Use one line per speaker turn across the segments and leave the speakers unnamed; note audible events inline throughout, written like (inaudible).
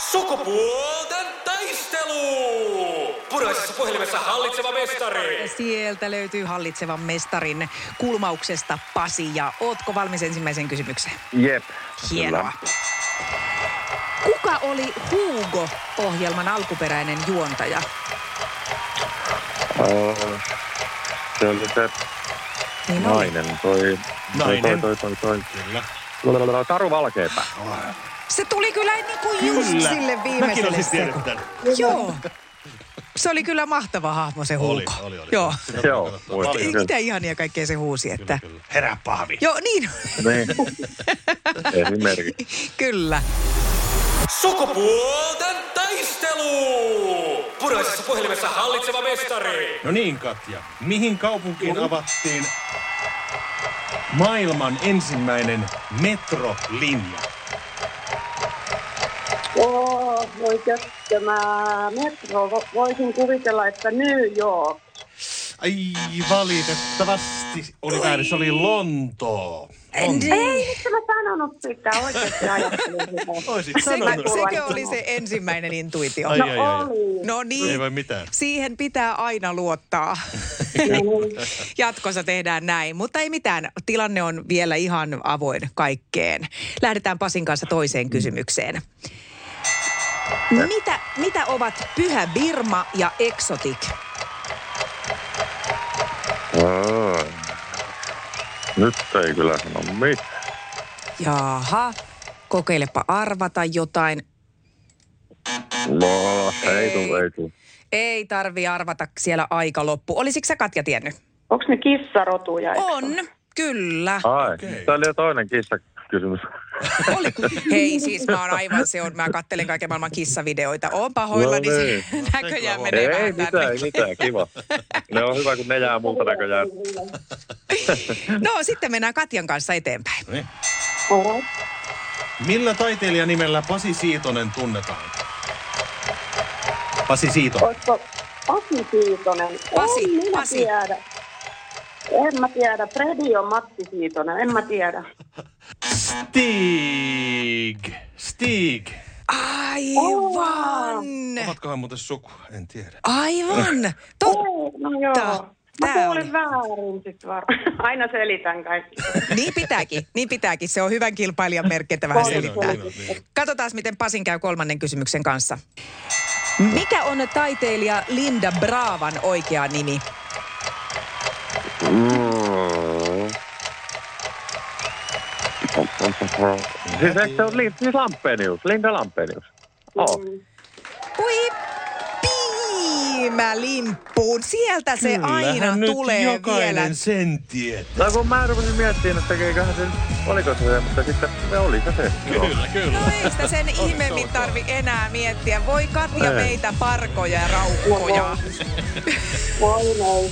Sukupuolten taistelu! Puraisessa puhelimessa hallitseva mestari.
Ja sieltä löytyy hallitsevan mestarin kulmauksesta Pasi. Ja ootko valmis ensimmäiseen kysymykseen?
Jep.
Hienoa. Kuka oli Hugo-ohjelman alkuperäinen juontaja?
Uh, se oli se
Niin oli.
nainen, toi...
Nainen.
Toi, toi, toi,
Kyllä.
toi. Lalalala, Taru Valkeapää.
Se tuli kyllä niin kuin just
Kyllä.
sille
Mäkin
viimeiselle
olisin tiennyt
sekunn-
tän.
Joo. Se oli kyllä mahtava hahmo se Hugo.
Oli, oli, oli.
Joo.
Joo, voi. Niin.
Ei mitä ihania kaikkea se huusi, että...
Herää pahvi.
Joo, niin.
Niin. Esimerkiksi.
(laughs) kyllä.
Sukupuolten taistelu! Puraisessa puhelimessa hallitseva mestari.
No niin, Katja. Mihin kaupunkiin avattiin maailman ensimmäinen metrolinja?
Oh, voi kökkö, mä metro. Vo- Voisin kuvitella, että New York.
Ai, valitettavasti oli väärin. Se oli Lontoo.
Ei, miksi mä sanonut sitä? Oikeasti ajattelin sitä.
Oisit
Se,
sanonut.
sekö oli se ensimmäinen intuitio?
Ai,
No
ai, ai.
oli.
No niin.
Ei voi mitään.
Siihen pitää aina luottaa. Jatkossa tehdään näin, mutta ei mitään. Tilanne on vielä ihan avoin kaikkeen. Lähdetään Pasin kanssa toiseen kysymykseen. Mitä, mitä ovat Pyhä Birma ja Exotic?
Aa. Nyt ei kyllä sano mitään.
Jaha, kokeilepa arvata jotain.
No, ei tuu, ei tuu.
Ei tarvi arvata, siellä aika loppu. Olisitko sä Katja tiennyt?
Onko ne kissarotuja? eikö
On, kyllä.
Ai,
Okei.
tää oli jo toinen kissakysymys.
Oli. Hei, siis mä oon aivan se on. Mä kattelen kaiken maailman kissavideoita. Oon pahoillani.
No
niin.
niin.
Näköjään menee
Ei
vähän
mitään,
tänne.
ei mitään, kiva. Ne on hyvä, kun ne jää muuta näköjään.
No sitten mennään Katjan kanssa eteenpäin.
No niin.
Oho.
Millä taiteilijanimellä Pasi Siitonen tunnetaan? Pasi Siitonen.
Olisiko Pasi Siitonen?
Pasi,
en minä
Pasi.
tiedä. En mä tiedä. Fredi on Matti Siitonen. En mä tiedä.
Stig. Stig.
Aivan.
Ovatkohan muuten suku? En tiedä.
Aivan. Totta.
Ei, no joo. Mä
Oh. Tää
kuulin
oli.
väärin sit varmaan. (laughs) Aina selitän kaikki.
Niin pitääkin, niin pitääkin. Se on hyvän kilpailijan merkki, että vähän
Paljon
Niin on,
selittää.
niin on, niin on.
Katsotaan, miten Pasin käy kolmannen kysymyksen kanssa. Mikä on taiteilija Linda Braavan oikea nimi?
Mm. Siis eikö se ole Lin- siis Lampenius, Linda Lampenius? Oh.
Ui piimä limppuun. Sieltä se aina
Kyllähän nyt
tulee
jokainen
vielä.
sen tietää.
No kun mä rupesin miettimään, että eiköhän se, oliko se se, mutta sitten me oli se se. Joo.
Kyllä, kyllä.
No ei sitä sen ihmeemmin tarvi enää miettiä. Voi Katja
Ei.
meitä parkoja ja raukkoja.
Voi noin.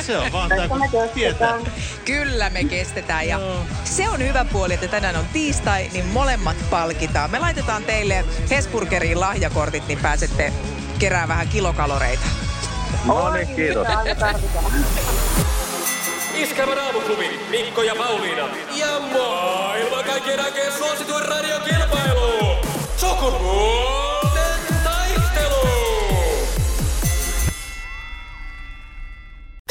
Se on vaan tää,
Tästä me
kun tietää.
kestetään.
Kyllä me kestetään ja se on hyvä puoli, että tänään on tiistai, niin molemmat palkitaan. Me laitetaan teille Hesburgeriin lahjakortit, niin pääsette kerää vähän kilokaloreita.
No niin, kiitos.
Mitä aina tarvitaan?
Iskävän aamuklubi Mikko ja Pauliina. Ja maailman kaikkien aikeen suosituen radiokilpailu. Sukupuolten taistelu!